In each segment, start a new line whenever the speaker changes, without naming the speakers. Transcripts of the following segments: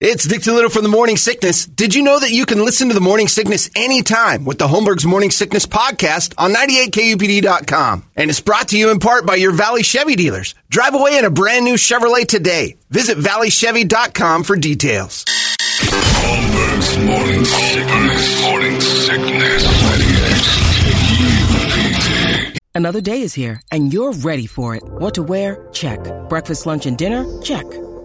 It's Dick Little from the Morning Sickness. Did you know that you can listen to the Morning Sickness anytime with the Holmberg's Morning Sickness podcast on 98kupd.com? And it's brought to you in part by your Valley Chevy dealers. Drive away in a brand new Chevrolet today. Visit valleychevy.com for details.
Holmberg's morning sickness. Morning sickness. 98 KUPD.
Another day is here, and you're ready for it. What to wear? Check. Breakfast, lunch, and dinner? Check.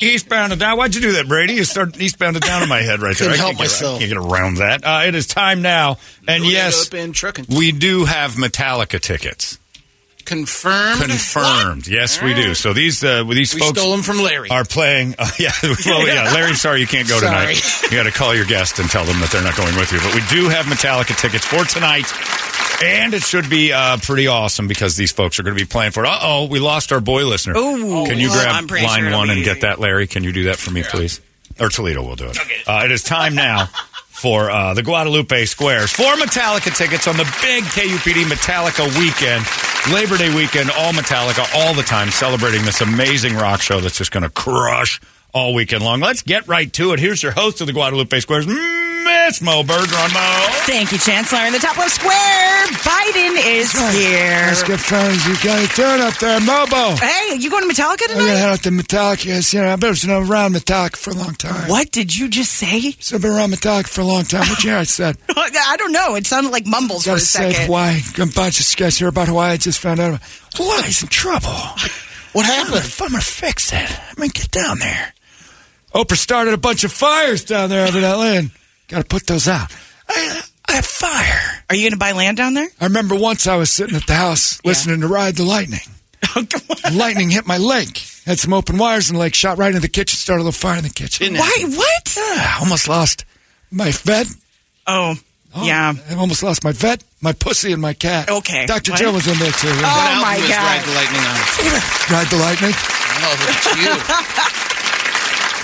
Eastbound and down. Why'd you do that, Brady? You start eastbound and down in my head right there.
Couldn't
I can't
help
get-
myself.
I can't get around that. Uh, it is time now, and yes,
up in trucking.
we do have Metallica tickets
Confirmed.
Uh-huh.
confirmed. Yes, we do. So these uh, these
We
folks
stole 'em from Larry.
Are playing? Uh, yeah, well, yeah. Larry, sorry you can't go
Sorry.
tonight. You got to call your guest and tell them that they're not going with you. But we do have Metallica tickets for tonight. And it should be uh, pretty awesome because these folks are going to be playing for. Uh oh, we lost our boy listener.
Ooh.
Can you
Well,
grab
I'm pretty
line
sure it'll
one
be
and
easy.
get that, Larry? Can you do that for me, please? Or Toledo will do it. Uh, it is time now for uh, the Guadalupe Squares. Four Metallica tickets on the big KUPD Metallica weekend. Labor Day weekend, all Metallica, all the time, celebrating this amazing rock show that's just going to crush all weekend long. Let's get right to it. Here's your host of the Guadalupe Squares, Miss Mo Bergeron. Mo.
Thank you, Chancellor. In the top left square, Biden is here.
Let's get friends. You got to turn up there, Mobo. Oh, I'm
Hey, you going to Metallica
gonna
tonight?
head out to Metallica. Yes, you know, I've been around Metallica for a long time.
What did you just say?
So I've been around Metallica for a long time. What year I said?
I don't know. It sounded like mumbles for
Gotta
a
say
second.
Hawaii. Got a bunch of sketches here about Hawaii. I just found out. about- Hawaii's in trouble.
What
I'm gonna,
happened?
I'm gonna fix it. I mean, get down there. Oprah started a bunch of fires down there, evidently, and gotta put those out. I, I have fire.
Are you going to buy land down there?
I remember once I was sitting at the house listening to Ride the Lightning.
Oh, come on.
lightning hit my leg. Had some open wires and leg shot right into the kitchen, started a little fire in the kitchen.
Why? What?
Ah, almost lost my vet.
Oh, yeah.
I almost lost my vet, my pussy, and my cat.
Okay.
Dr.
What?
Jill was in there too.
Oh,
What album
my
is
God.
Ride the lightning on.
Ride the lightning.
Oh, look at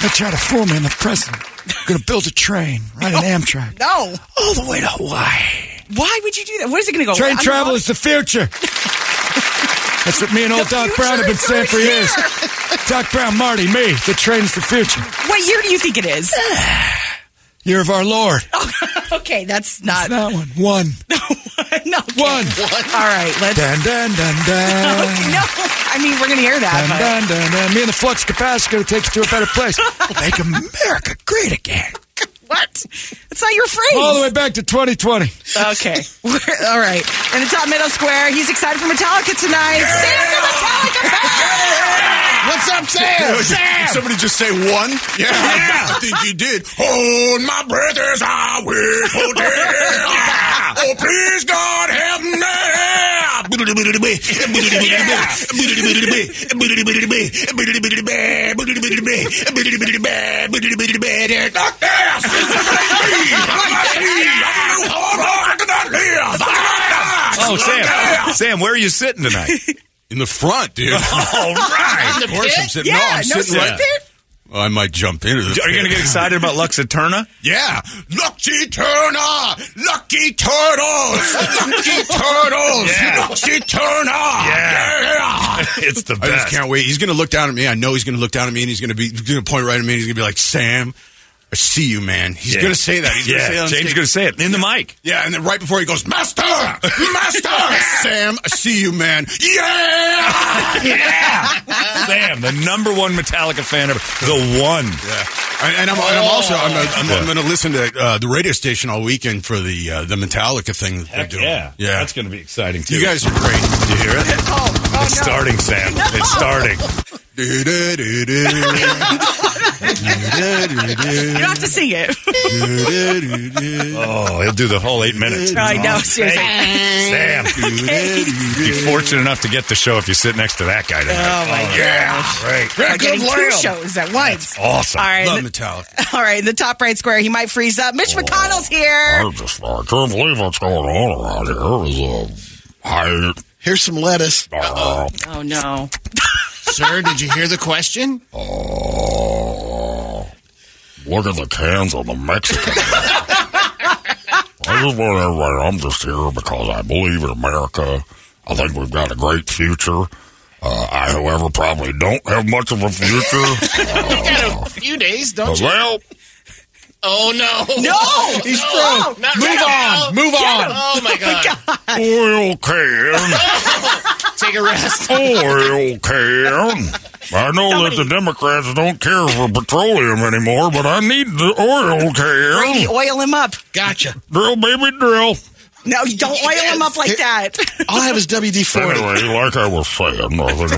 They tried to fool me in the prison. I'm gonna build a train, ride an Amtrak.
No.
All the way to Hawaii.
Why would you do that? Where is it going to go?
Train
Under
travel
water?
is the future. That's what me and old
The
Doc Brown have been
future
saying
is
for
right
years. Doc Brown, Marty, me, the train is the future.
What year do you think it is? Oh,
Year of our Lord.
okay, that's not.
That's that one. One.
no. okay.
One.
All right, let's.
Dun dun dun dun.
Okay, no, I mean, we're going to hear
Uh, Dun,
that.
dun, dun, dun. Me and the flux capacitor going to take you to a better place. Make America great again.
But what? That's not your phrase.
All the way back to 2020.
Okay. We're- all right. In the top middle square, he's excited for Metallica tonight. Sam the Metallica fan!
you. What's up, Sam?
Did somebody just say one? Yeah, I think you did. Hold my breath as I wait for death. Oh, please, God, help me.
Oh, Sam. Sam, where are you sitting tonight?
In the front, dude. All right. of course I'm sitting. no, I'm sitting
sit
right Well, I might jump into this.
Are you going to get excited about Luxaturna?
Yeah. Lucky Turner! Lucky Turtles! Lucky Turtles!
Yeah.
Lucky Turner! Yeah.
It's the
I just
best.
can't wait. He's going to look down at me. I know he's going to look down at me and he's going to be he's going to point right at me and he's going to be like, "Sam,
I see you, man. He's
Yeah.
going to say that. He's
Yeah,
gonna say that on
James
stage.
gonna say it in the mic.
Yeah, and then right before he goes, Master! Master! Sam, I see you, man. Yeah!
yeah, Sam, the number one Metallica fan ever, the Oh. one.
Yeah, and, and I'm, and I'm also I'm, I'm,
Yeah.
I'm going to listen to uh, the radio station all weekend for the uh, the Metallica thing that
Heck
they're doing.
yeah,
yeah.
that's going to be exciting too.
you guys are great.
Did you hear it?
Oh,
it's starting, Sam. It's starting.
Du-du-du-du.
You don't have to sing it.
Du-du-du-du.
Oh, he'll do the whole eight minutes. Oh,
I know. Seriously.
Hey, Sam, be fortunate enough to get the show if you sit next to that guy tonight.
Oh, my
yeah, right.
We're getting two shows at once.
Awesome.
All right.
Love
in the-
Metallica.
All right. In the top right square, he might freeze up. Mitch McConnell's here.
I just I can't believe what's going on around here. It's, uh, I,
Here's some lettuce.
uh,
Oh, no.
Sir, did you hear the question?
uh, look at the cans of the Mexican. I just want everybody. I'm just here because I believe in America. I think we've got a great future. Uh, I, however, probably don't have much of a future.
You got a few days, don't
But,
you?
well,
Oh no!
No!
He's
No!
through.
Not
Move
right
on. Move on. Oh my god.
oil can.
Take a rest.
oil can. I know that the Democrats don't care for petroleum anymore, but I need the oil
Brady,
can.
oil him up.
Gotcha.
Drill, baby, drill.
No, you don't oil him up like that.
All I have is WD forty.
Anyway, like I was saying, I think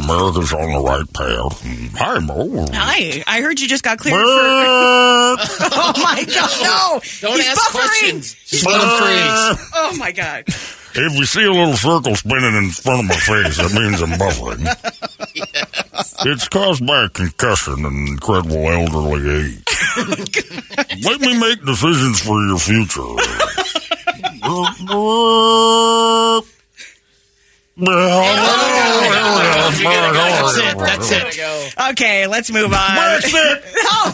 America's on the right path. Mm, Hi, Mo.
Hi. I heard you just got cleared. for-
Bert,
Oh, my God. No.
Don't
He's
ask
buffering.
questions. Just let him freeze.
Bert.
Oh, my God.
If you see a little circle spinning in front of my face, that means I'm buffering. It's caused by a concussion and incredible elderly age. Let me make decisions for your future. Well,
Oh,
You gotta go. That's it. That's it.
Okay, let's move on.
That's it.
Oh,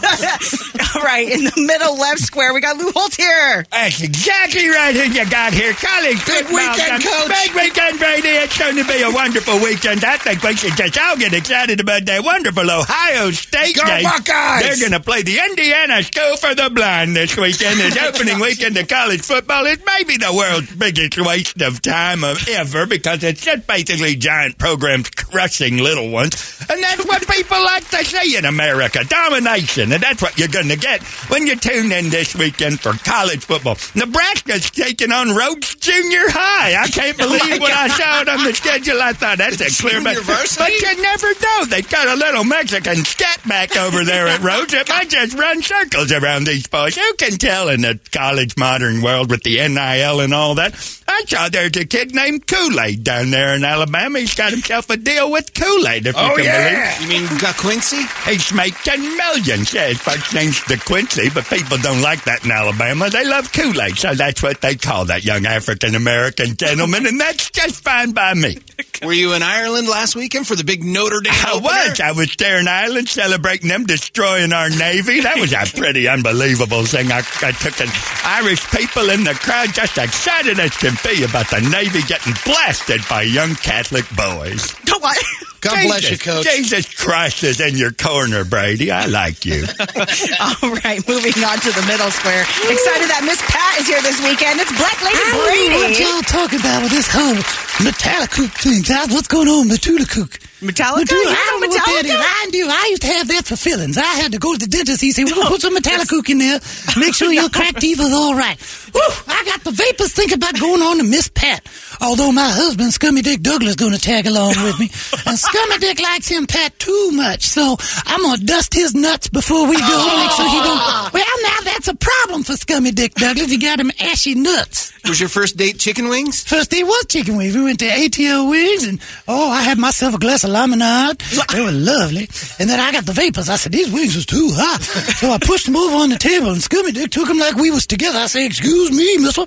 all right, in the middle left square, we got Lou Holt here.
That's exactly right. Who you got here, college?
Good
football
weekend,
game.
Coach.
Big weekend, Brady. It's going to be a wonderful weekend. I think we should just all get excited about that wonderful Ohio State
Go
game.
Buckeyes!
They're going to play the Indiana School for the Blind this weekend. It's opening weekend of college football. It's maybe the world's biggest waste of time of ever because it's just basically giant programs crushing little ones, and that's what people like to see in America: domination. And that's what you're going to get when you tune in this weekend for college football. Nebraska's taking on Rhodes Junior High. I can't
Oh
believe when I saw it on the schedule. I thought that's a clear
Junior varsity?
But you never know. They've got a little Mexican scat back over there at Rhodes. If I just run circles around these boys, who can tell in the college modern world with the NIL and all that? I saw there's a kid named Kool Aid down there in Alabama. He's got himself a deal with Kool Aid, if you can believe.
You mean got Quincy?
He's making millions. Yeah, his first name's DeQuincy, but people don't like that in Alabama. They love Kool-Aid, so that's what they call that young African-American gentleman, and that's just fine by me.
Were you in Ireland last weekend for the big Notre Dame?
I was. I was there in Ireland celebrating them destroying our Navy. That was a pretty unbelievable thing. I, I took an Irish people in the crowd just excited as can be about the Navy getting blasted by young Catholic boys.
What?
God bless you,
Jesus-
Coach.
Jesus Christ is in your corner, Brady. I like you.
All right, moving on to the middle square. Excited that Miss Pat is here this weekend. It's Black Lady Brady.
y'all talking about with this whole Metallica thing? Guys, what's going on with Metallica?
Metallica?
Metallica?
You
I don't
know
know what that is.
Metallica?
I do. I used to have that for fillings. I had to go to the dentist. He said, "We're gonna put some Metallica in there. Make sure your cracked teeth is all right." Whew, I got the vapors thinking about going on to Miss Pat. Although my husband Scummy Dick Douglas gonna tag along with me, and Scummy Dick likes him Pat too much, so I'm gonna dust his nuts before we go. Make sure he don't. Well, now that's a problem for Scummy Dick Douglas. He got him ashy nuts.
Was your first date chicken wings?
First day was chicken wings. We went to ATL Wings, and oh, I had myself a glass of lemonade. They were lovely. And then I got the vapors. I said these wings was too hot, so I pushed them over on the table. And Scooby Dick took them like we was together. I said, "Excuse me, Mister,"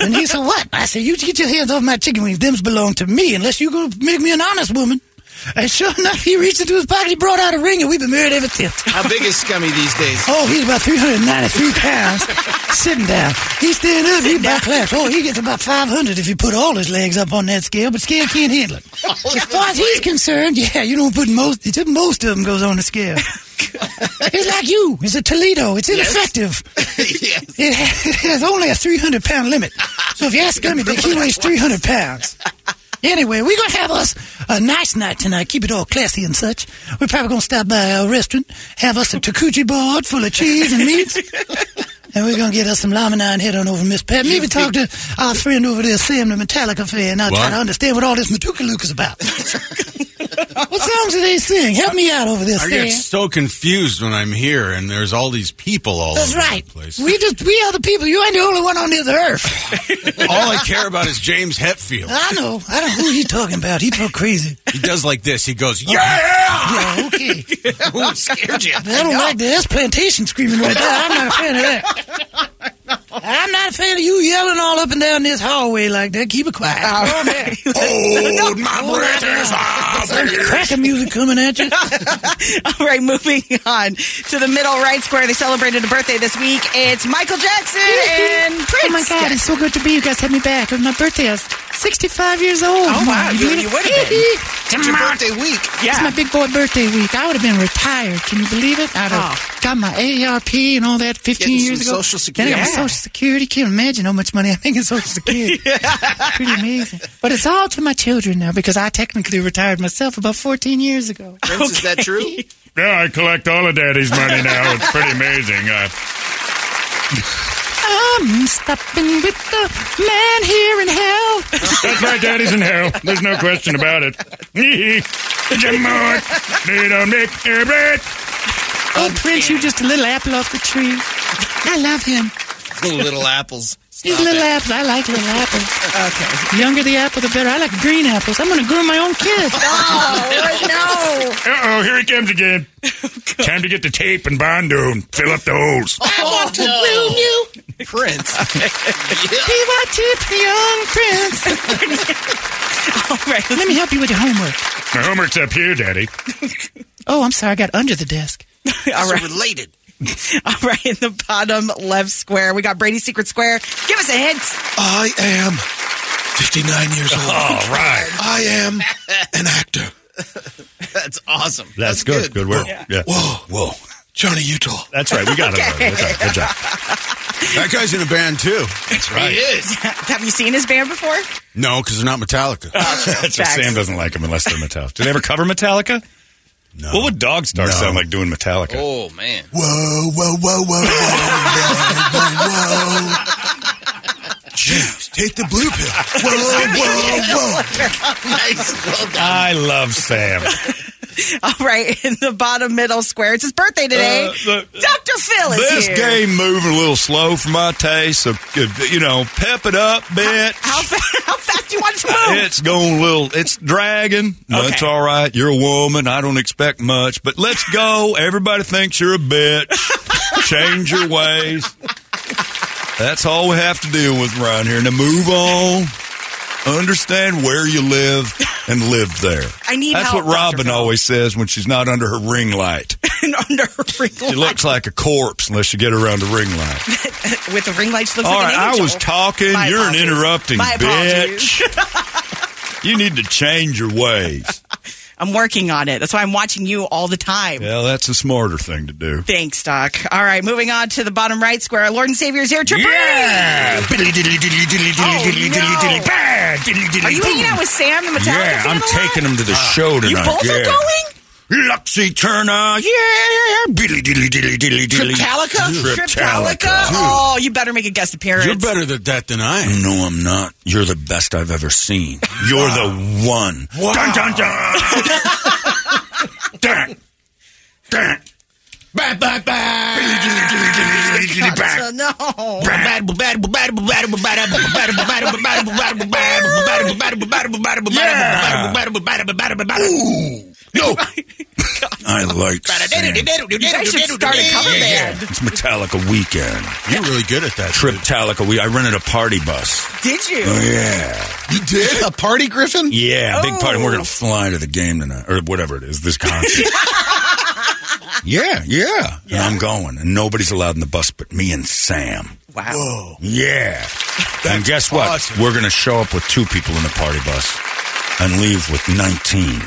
and he said, "What?" I said, "You get your hands off my chicken wings. Them's belong to me, unless you gonna make me an honest woman." And sure enough, he reached into his pocket, he brought out a ring, and we've been married ever since.
How big is Scummy these days?
Oh, he's about 393 pounds sitting down. He's standing up, he's back left. Oh, he gets about 500 if you put all his legs up on that scale, but scale can't handle it. As far as he's concerned, yeah, you don't put most, it's- most of them goes on the scale. it's like you. It's a Toledo. It's ineffective. It has, it has only a 300 pound limit. So if you ask Gummy Dick, he weighs 300 pounds. Anyway, we're going to have us a nice night tonight. Keep it all classy and such. We're probably going to stop by a restaurant, have us a takuchi board full of cheese and meats. And we're going to get us some lamina and head on over, Miss Pat. Maybe talk to our friend over there, Sam the Metallica fan. I'll try
What?
to understand what all this Matukaluka's about. what songs do they sing? Help me out over there,
I
Sam.
get so confused when I'm here and there's all these people all
That's
over
right.
the place.
We just we are the people. You ain't the only one on this earth.
all I care about is James Hetfield.
I know. I don't know who he talking about. He talk crazy.
He does like this. He goes, "Yeah!"
Yeah, okay.
Ooh, scared you.
I don't like that. That's plantation screaming right there. I'm not a fan of that. I'm not a fan of you yelling all up and down this hallway like that. Keep it quiet.
Oh,
Hold my breath.
Some cracker music coming at you.
All right, moving on to the middle right square. They celebrated a birthday this week. It's Michael Jackson and Prince.
Oh my God, it's so good to be. You guys had me back. It was my birthday. I was 65 years old.
Oh, wow. You- you would've been.
It's your birthday week.
Yeah.
It's my big boy birthday week. I would have been retired. Can you believe it? I'd have got my AARP and all that 15
Oh. Getting
years
some
ago.
Social
Then I got
Security.
my Social Security. Can't imagine how much money I make in Social Security. Pretty amazing. But it's all to my children now because I technically retired myself about 14 years ago.
Prince, Is that true?
Yeah, I collect all of Daddy's money now. It's pretty amazing. Uh,
I'm stopping with the man here in hell.
that's right, Daddy's in hell. There's no question about it. Jamon, little Nick, Everett.
Oh, Prince, you just a little apple off the tree. I love him.
little apples.
He's a
Stop
little
it.
apple. I like little apples. Okay. The younger the apple, the better. I like green apples. I'm going to groom my own kids.
Oh, no.
Uh oh, here he comes again.
Oh,
Time to get the tape and Bondo and fill up the holes.
I
Oh,
want to groom you.
Prince.
PYT, the young prince.
All right.
Let me help you with your homework.
My homework's up here, Daddy.
Oh, I'm sorry. I got under the desk.
All right. related.
All right. In the bottom left square, we got Brady's Secret Square. Give us a hint.
I am 59 years old.
All right.
I am an actor.
That's awesome.
That's, good. Good, work. Yeah.
Whoa, whoa. Johnny Utah.
That's right. We got it. That's right. Good job.
That guy's in a band too.
That's right.
He is.
Have you seen his band before?
No, because they're not Metallica.
That's right. Sam doesn't like them unless they're Metallica. Do they ever cover Metallica?
No.
What would Dog Star
No.
sound like doing Metallica?
Oh, man.
Whoa, whoa, whoa, whoa, whoa, whoa, whoa. Jeez, take the blue pill. Whoa, whoa, whoa.
nice. Well done.
I love Sam.
All right. In the bottom middle square, it's his birthday today.
Uh, the-
Dr. Phil is
this
here.
game moving a little slow for my taste. So, you know, pep it up, bit.
How, fa- how fast do you want it to move?
It's going a little. It's dragging. That's all right. You're a woman. I don't expect much, but let's go. Everybody thinks you're a bitch. Change your ways. That's all we have to deal with around here. Now move on. Understand where you live and live there.
I need
That's
help,
what Robin
Dr. Phil.
always says when she's not under her ring light.
And under her ring
She
light.
looks like a corpse unless you get around the ring light.
With the ring light, she looks
All
like
right,
an angel.
I was talking.
My
You're an
apologies.
interrupting
My apologies.
bitch. you need to change your ways.
I'm working on it. That's why I'm watching you all the time.
Yeah, that's a smarter thing to do.
Thanks, Doc. All right, moving on to the bottom right square. Our Lord and Savior is here. Tripper!
Yeah! Diddly diddly diddly diddly diddly
Oh,
diddly diddly
no.
diddly bah! Diddly diddly
Are you hanging
boom.
out with Sam, the Metallica
Yeah,
fan
I'm
a lot?
taking him to the
Ah.
show tonight.
You both
yeah.
are going?
Luxy Turner, yeah! Diddly diddly diddly diddly diddly.
Triptalica?
Triptalica.
Oh, you better make a guest appearance.
You're better at that than I am.
No, I'm not. You're the best I've ever seen. You're the one. Dun, dun, dun. dun. Dun. Bye, bye, bye.
Oh, no.
No. I like Sam.
You guys should start a cover band.
It's Metallica weekend.
You're really good at that.
Triptalica. We I rented a party bus.
Oh,
Did you?
Yeah.
You did?
A party griffin?
Oh, Yeah, big party.
Oh.
We're gonna fly to the game tonight, or whatever it is. This concert. yeah, yeah, And I'm going, and nobody's allowed in the bus but me and Sam.
Wow.
Yeah. and guess what?
awesome.
We're gonna show up with two people in the party bus and leave with nineteen.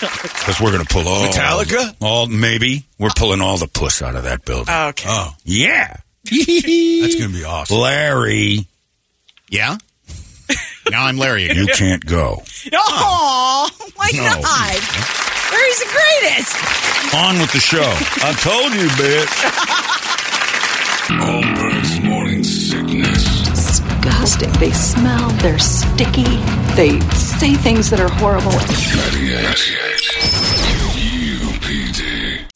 Because we're gonna pull all
Metallica?
All maybe we're pulling all the puss out of that building.
Okay.
Oh,
yeah,
that's going to be awesome.
Larry,
Yeah. now I'm Larry again.
you can't go.
Oh, my
No.
God. Larry's the greatest.
On with the show. I told you, bitch.
Holmberg's morning sickness.
disgusting. They smell, they're sticky, they say things that are horrible.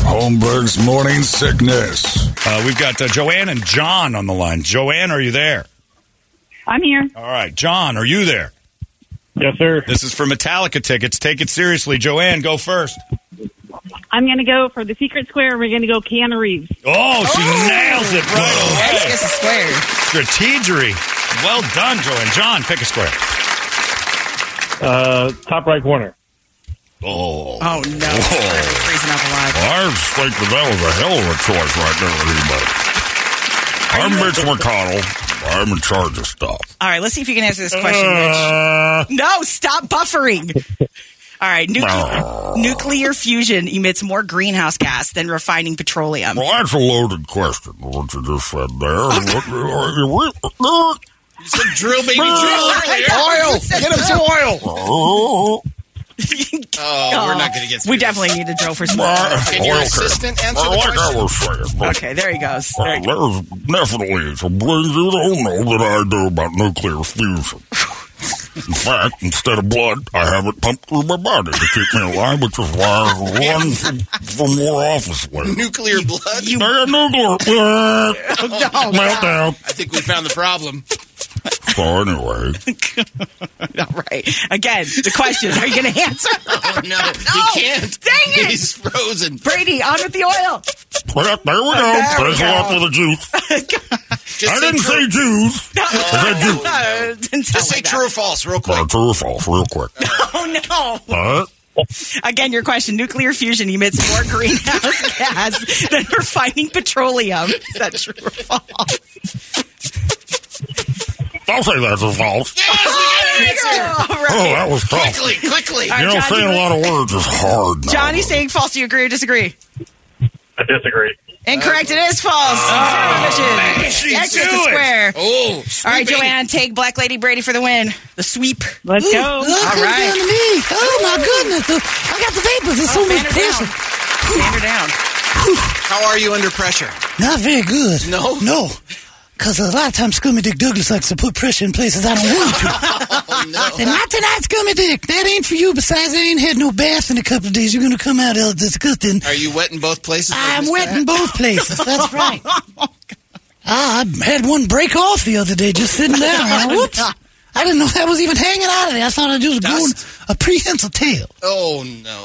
Holmberg's morning sickness.
Uh, we've got uh, Joanne and John on the line. Joanne, are you there?
I'm here.
All right, John, are you there?
Yes, sir.
This is for Metallica tickets. Take it seriously, Joanne. Go first.
I'm going to go for the Secret Square. We're going to go Keanu Reeves.
Oh, she nails it
I
right away.
guess it's square.
Strategery. Well done, Joanne. John, pick a square.
Uh, top right corner.
Oh,
Oh, no. We're freezing up alive.
I think that that was a hell of a choice right there, anybody. I'm Mitch McConnell. I'm in charge of stuff.
All right, let's see if you can answer this question, Mitch. No, stop buffering. All right, nucle- nuclear fusion emits more greenhouse gas than refining petroleum.
Well, that's a loaded question. What you just said there. What- are you re-
You said drill baby drill earlier.
Oil! Get him some oil!
Oh,
Oh, we're not going to get.
We definitely need to drill for some.
Can your
Okay.
assistant answer
I
the
like I
question?
was saying. but-
Okay, there he goes. There
Well,
he goes.
there's definitely some things you don't know that I do about nuclear fusion. In fact, instead of blood, I have it pumped through my body to keep me alive, which is why I run for, for more office later.
Nuclear blood.
They got nuclear
Oh,
meltdown.
I think we found the problem.
So anyway,
All right. Again, the question: Are you going to answer?
Oh no,
No!
he can't.
Dang it!
He's frozen.
Brady, on with the oil.
well, there we Oh, go.
There we
Thanks a lot
go.
for the juice.
Just
I didn't
true.
say juice. I said juice.
No, it didn't sound
Just say
like
true or false, real quick.
Uh, true or false, real quick.
that. Oh no!
All right.
Again, your question: Nuclear fusion emits more greenhouse gas than refining petroleum. Is that true or false?
I'll say that's a false.
All
Oh,
right.
that was tough.
Quickly, quickly.
All
You know,
John,
saying a
you-
lot of words is hard now.
Johnny's saying false. Do you agree or disagree?
I disagree.
Incorrect. It is false. Zero emissions. Exit the square.
Oh,
All right,
sweeping.
Joanne, take Black Lady Brady for the win. The sweep.
Let's go.
Look who's
right.
down to me. Oh, my goodness. The- I got the vapors. It's so
fan
much
her
pressure.
down. Stand her down.
How are you under pressure?
Not very good.
No?
No. Because a lot of times Scummy Dick Douglas likes to put pressure in places I don't want to.
Oh no.
and not tonight, Scummy Dick. That ain't for you. Besides, I ain't had no bath in a couple of days. You're going to come out all disgusting.
Are you wet in both places?
I'm
Miss
wet in both places. That's right. I Ah, I had one break off the other day just sitting down. I, whoops. I didn't know that was even hanging out of there. I thought I'd just go
Dust.
a prehensile tail.
Pat? Oh no.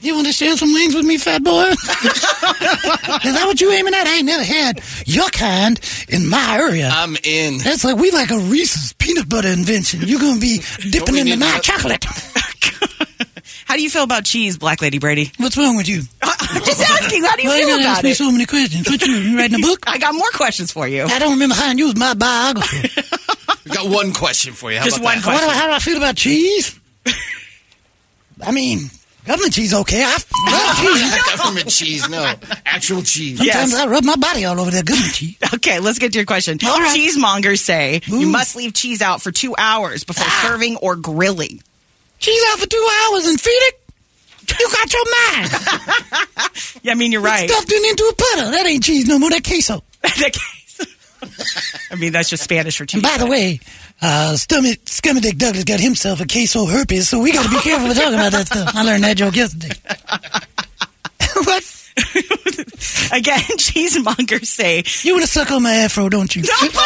You want to share some wings with me, fat boy? Is that what you aiming at? I ain't never had your kind in my area.
I'm in.
That's like we like a Reese's peanut butter invention. You're gonna be dipping
we
into
need
my
that?
chocolate.
How do you feel about cheese, Black Lady Brady?
What's wrong with you?
I'm just asking. How do you
Why you
feel
gotta ask
about
me
it?
so many questions? What you, you writing a book?
I got more questions for you.
I don't remember how I knew it was my biography.
We got one question for you. How
Just
about
one
that?
What do I,
question.
how do I feel about cheese? I mean, government cheese okay. I love cheese.
Not government cheese, no. Actual cheese.
Sometimes
Yes.
I rub my body all over that government cheese.
Okay, let's get to your question.
All right.
Cheesemongers say you
Ooh. Ah.
must leave cheese out for two hours before serving or grilling.
Cheese out for two hours and feed it. You got your mind
Yeah, I mean, you're right.
stuffed it into a puddle. That ain't cheese no more. That queso.
The case- I mean, that's just Spanish for cheese.
And by the way, uh, Stummy, Scummy Dick Douglas got himself a case of herpes, so we got to be careful with talking about that stuff. I learned that joke yesterday.
Again, cheesemongers say.
You want to suck on my afro, don't you?
Oh, no.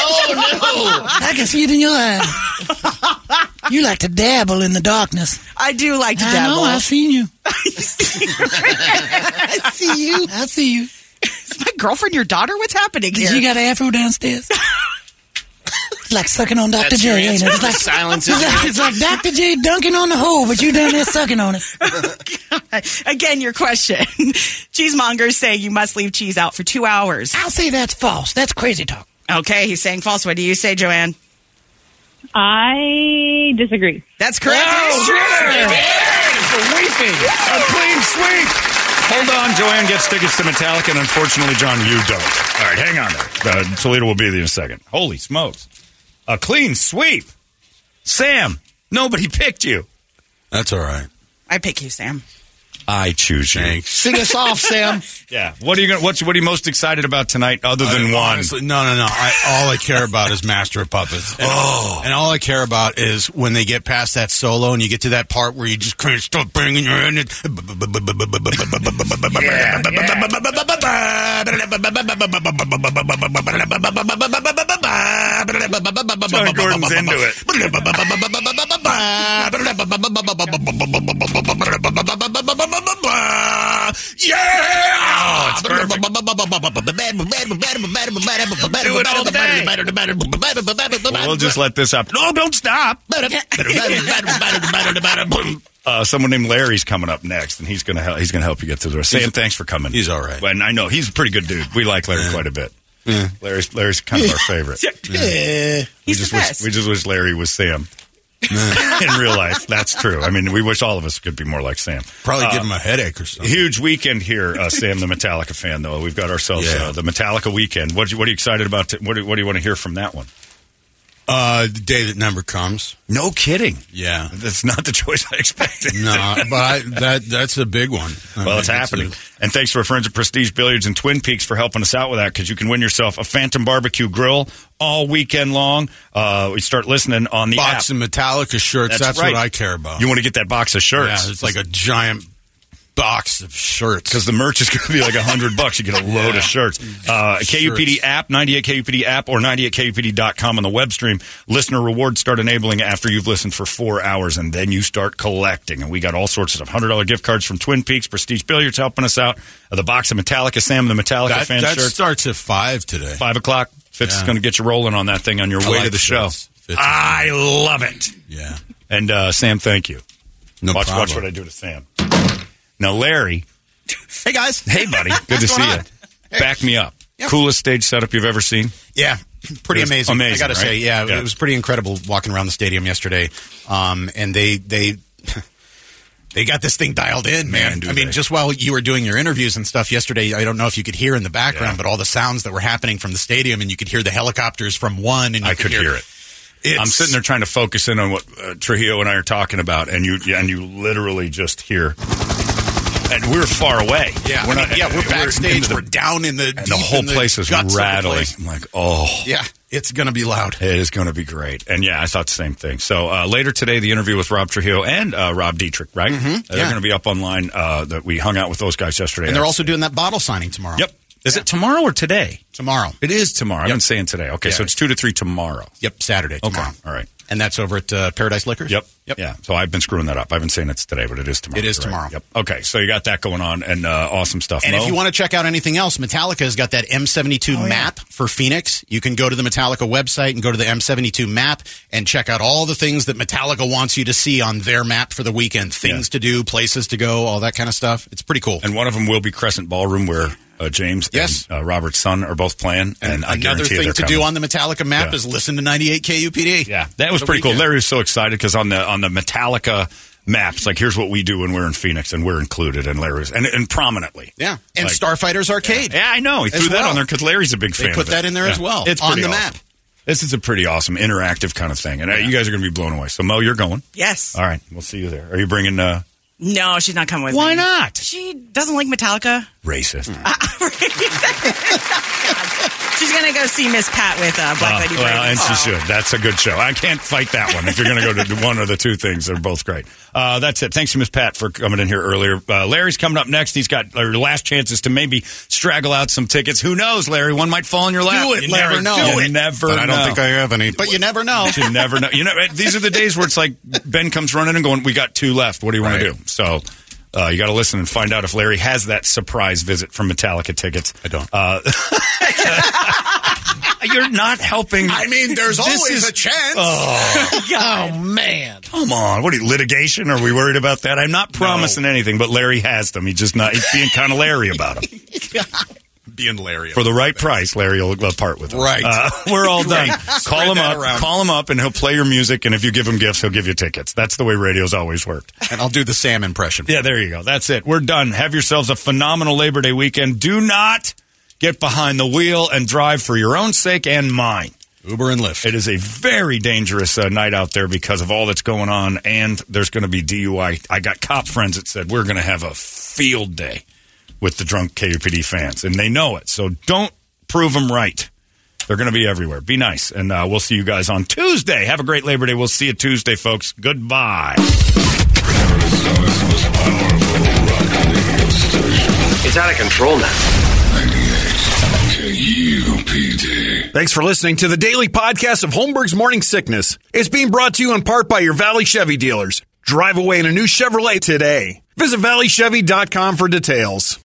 I can see it in your eye. You like to dabble in the darkness.
I do like to
I
dabble.
know, I've seen you.
I see you.
I see you.
Is my girlfriend your daughter? What's happening
Did
here?
you got an afro downstairs? It's like sucking on Dr.
That's
J,
your
ain't
answer.
it? It's like,
Silence is
it's like,
your
it's like Dr. J dunking on the hole, but you down there sucking on it.
Again, your question. Cheesemongers say you must leave cheese out for two hours.
I'll say that's false. That's crazy talk.
Okay, he's saying false. What do you say, Joanne?
I disagree.
That's correct.
A clean sweep. Hold on, Joanne gets tickets to Metallica, and unfortunately, John, you don't. All right, hang on. There. Uh, Toledo will be there in a second. Holy smokes! A clean sweep. Sam, nobody picked you.
That's all right.
I pick you, Sam.
I choose you.
Sing us off, Sam.
Yeah. What are you gonna, what's, What are you most excited about tonight, other
I-
than one?
honestly, no, no, no. I, all I care about is Master of Puppets. And, oh. And all I care about is when they get past that solo and you get to that part where you just can't stop banging your head. in it.
John Gordon's into it.
Yeah!
Do it all day. We'll just let this up. No, don't stop. Uh, someone named Larry's coming up next, and he's gonna help, he's gonna help you get through the rest. Sam, thanks for coming. He's all right, and I know he's a pretty good dude. We like Larry quite a bit. Larry's Larry's kind of our favorite.
Yeah.
We
He's the
just wish-
best.
we just wish Larry was Sam in real life. That's true. I mean, we wish all of us could be more like Sam.
Probably
Uh,
give him a headache or something.
Huge weekend here, uh, Sam, the Metallica fan. Though we've got ourselves
Yeah.
uh, the Metallica weekend. What, you- what are you excited about? t- what, do, what do you want to hear from that one?
Uh, the day that never comes.
No kidding.
Yeah.
That's not the choice I expected.
No, but I, that that's a big one. I
Well,
mean,
it's happening. And thanks to our friends at Prestige Billiards and Twin Peaks for helping us out with that because you can win yourself a Phantom Barbecue Grill all weekend long. Uh, we start listening on the app.
box and Metallica shirts. That's,
right.
what I care about.
You want to get that box of
yeah,
shirts.
it's like a giant box of shirts.
because the merch is going to be like a hundred bucks. You get a load of shirts. Uh, KUPD app, 98 KUPD app, or 98KUPD.com on the web stream. Listener rewards start enabling after you've listened for four hours, and then you start collecting. And we got all sorts of $100 gift cards from Twin Peaks, Prestige Billiards helping us out, uh, the box of Metallica, Sam, the Metallica
That,
fan
that
shirts.
starts at five today.
Five o'clock. Fitz is
Yeah.
going to get you rolling on that thing on your
I
way to
like
the show.
Fitz. Fitz is
I love it.
Yeah,
And uh, Sam, thank you.
no
watch,
problem.
watch what I do to Sam. Now, Larry.
Hey guys,
Hey, buddy. Good to
What's
see
going
you.
on?
Back me up.
Yeah.
Coolest stage setup you've ever seen.
Yeah, pretty
It was
amazing.
amazing,
I gotta
right?
say, yeah,
Yeah.
it was pretty incredible walking around the stadium yesterday. Um, and they they they got this thing dialed in, man.
do
I mean,
they.
just while you were doing your interviews and stuff yesterday, I don't know if you could hear in the background,
Yeah.
but all the sounds that were happening from the stadium, and you could hear the helicopters from one, and you
I could hear it. I'm sitting there trying to focus in on what uh, Trujillo and I are talking about, and you yeah, and you literally just hear. And we're far away.
Yeah,
we're
I mean, yeah, we're
into
backstage.
the-
we're down in the
and
deep
the whole
in
place is
guts of the
rattling.
place.
I'm like, oh,
Yeah, it's gonna be loud.
It is going to be great. And yeah, I thought the same thing. So uh, later today, the interview with Rob Trujillo and uh, Rob Dietrich, right? They're
Mm-hmm. yeah.
going to be up online. Uh, that we hung out with those guys yesterday,
And they're also doing that bottle signing tomorrow.
Yep. Is it tomorrow or today?
tomorrow.
It is tomorrow. I've been saying today. Okay,
Yeah.
so it's two to three tomorrow.
Yep, Saturday. Tomorrow.
All right.
And that's over at uh, Paradise Liquors.
Yep.
Yep.
Yeah. So I've been screwing that up. I've been saying it's today, but it is tomorrow.
It is
You're
tomorrow.
Yep. Okay. So you got that going on and uh, awesome stuff.
And
Mo?
if you want to check out anything else, Metallica has got that M72 map for Phoenix. You can go to the Metallica website and go to the M72 map and check out all the things that Metallica wants you to see on their map for the weekend things
Yeah.
to do, places to go, all that kind of stuff. It's pretty cool.
and one of them will be Crescent Ballroom where uh, James
Yes.
and uh, Robert's son are both playing. And, I
another
guarantee you
thing
they're
to
coming.
do on the Metallica map
Yeah.
is listen to 98 KUPD.
Yeah, that was
The
pretty cool.
weekend.
Larry was so excited because on the on the Metallica maps, like here's what we do when we're in Phoenix and we're included, and Larry was, and, and prominently.
Yeah. And
Like-
Starfighters Arcade.
Yeah, I know. He
As
threw that
well.
on there because Larry's a big
They
fan.
put
of it.
that in there as
Yeah.
well,
It's
on
pretty
the
awesome.
map.
This is a pretty awesome interactive kind of thing, and uh, you guys are going to be blown away. So Mo, you're going.
Yes.
All right, we'll see you there. Are you bringing? Uh,
No, she's not coming with
Why
me.
not?
She doesn't like Metallica.
Racist.
She's going to go see Miss Pat with uh, Black
Uh,
Betty Brady.
well, and she
Oh.
should. That's a good show. I can't fight that one. If you're going to go to one of the two things, they're both great. Uh, that's it. Thanks to Miss Pat for coming in here earlier. Uh, Larry's coming up next. He's got our last chances to maybe straggle out some tickets. Who knows, Larry? One might fall in your lap.
Do it,
you Never
Larry.
know.
Do
you
it.
Never.
But I don't
know.
think I have any. But you never know.
you never know. You know. eh, These are the days where it's like Ben comes running and going, "We got two left. What do you want to do?" So. Uh, you got to listen and find out if Larry has that surprise visit from Metallica tickets. I don't. Uh, You're not helping.
I mean, there's
This
always
is-
a chance.
Oh.
oh man.
Come on, what are you, litigation? Are we worried about that? I'm not promising anything, but Larry has them. He's just not. He's being kind of Larry about them.
Being Larry.
For the right price, Larry will uh, part with them.
Right.
Uh, we're all done.
Right. Spread
Call him
that
up.
around.
Call him up, and he'll play your music. And if you give him gifts, he'll give you tickets. That's the way radio's always worked.
And I'll do the Sam impression.
Yeah, there you go. That's it. We're done. Have yourselves a phenomenal Labor Day weekend. Do not get behind the wheel and drive for your own sake and mine.
Uber and Lyft.
It is a very dangerous uh, night out there because of all that's going on, and there's going to be DUI. I got cop friends that said we're going to have a field day with the drunk KUPD fans, and they know it. So don't prove them right. They're going to be everywhere. Be nice, and uh, we'll see you guys on Tuesday. Have a great Labor Day. We'll see you Tuesday, folks. Goodbye.
It's out of control now.
Thanks for listening to the daily podcast of Holmberg's Morning Sickness. It's being brought to you in part by your Valley Chevy dealers. Drive away in a new Chevrolet today. Visit valleychevy.com for details.